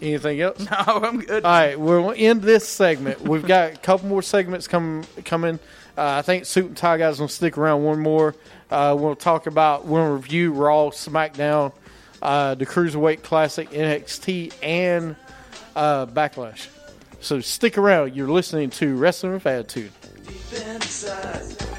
[SPEAKER 9] Anything else?
[SPEAKER 6] Oh, I'm good.
[SPEAKER 9] All right, we'll end this segment. We've got a couple more segments coming. Coming, uh, I think Suit and Tie guys will stick around one more. Uh, we'll talk about we'll review Raw, SmackDown, uh, the Cruiserweight Classic, NXT, and uh, Backlash. So stick around. You're listening to Wrestling with Attitude.
[SPEAKER 7] Deep inside.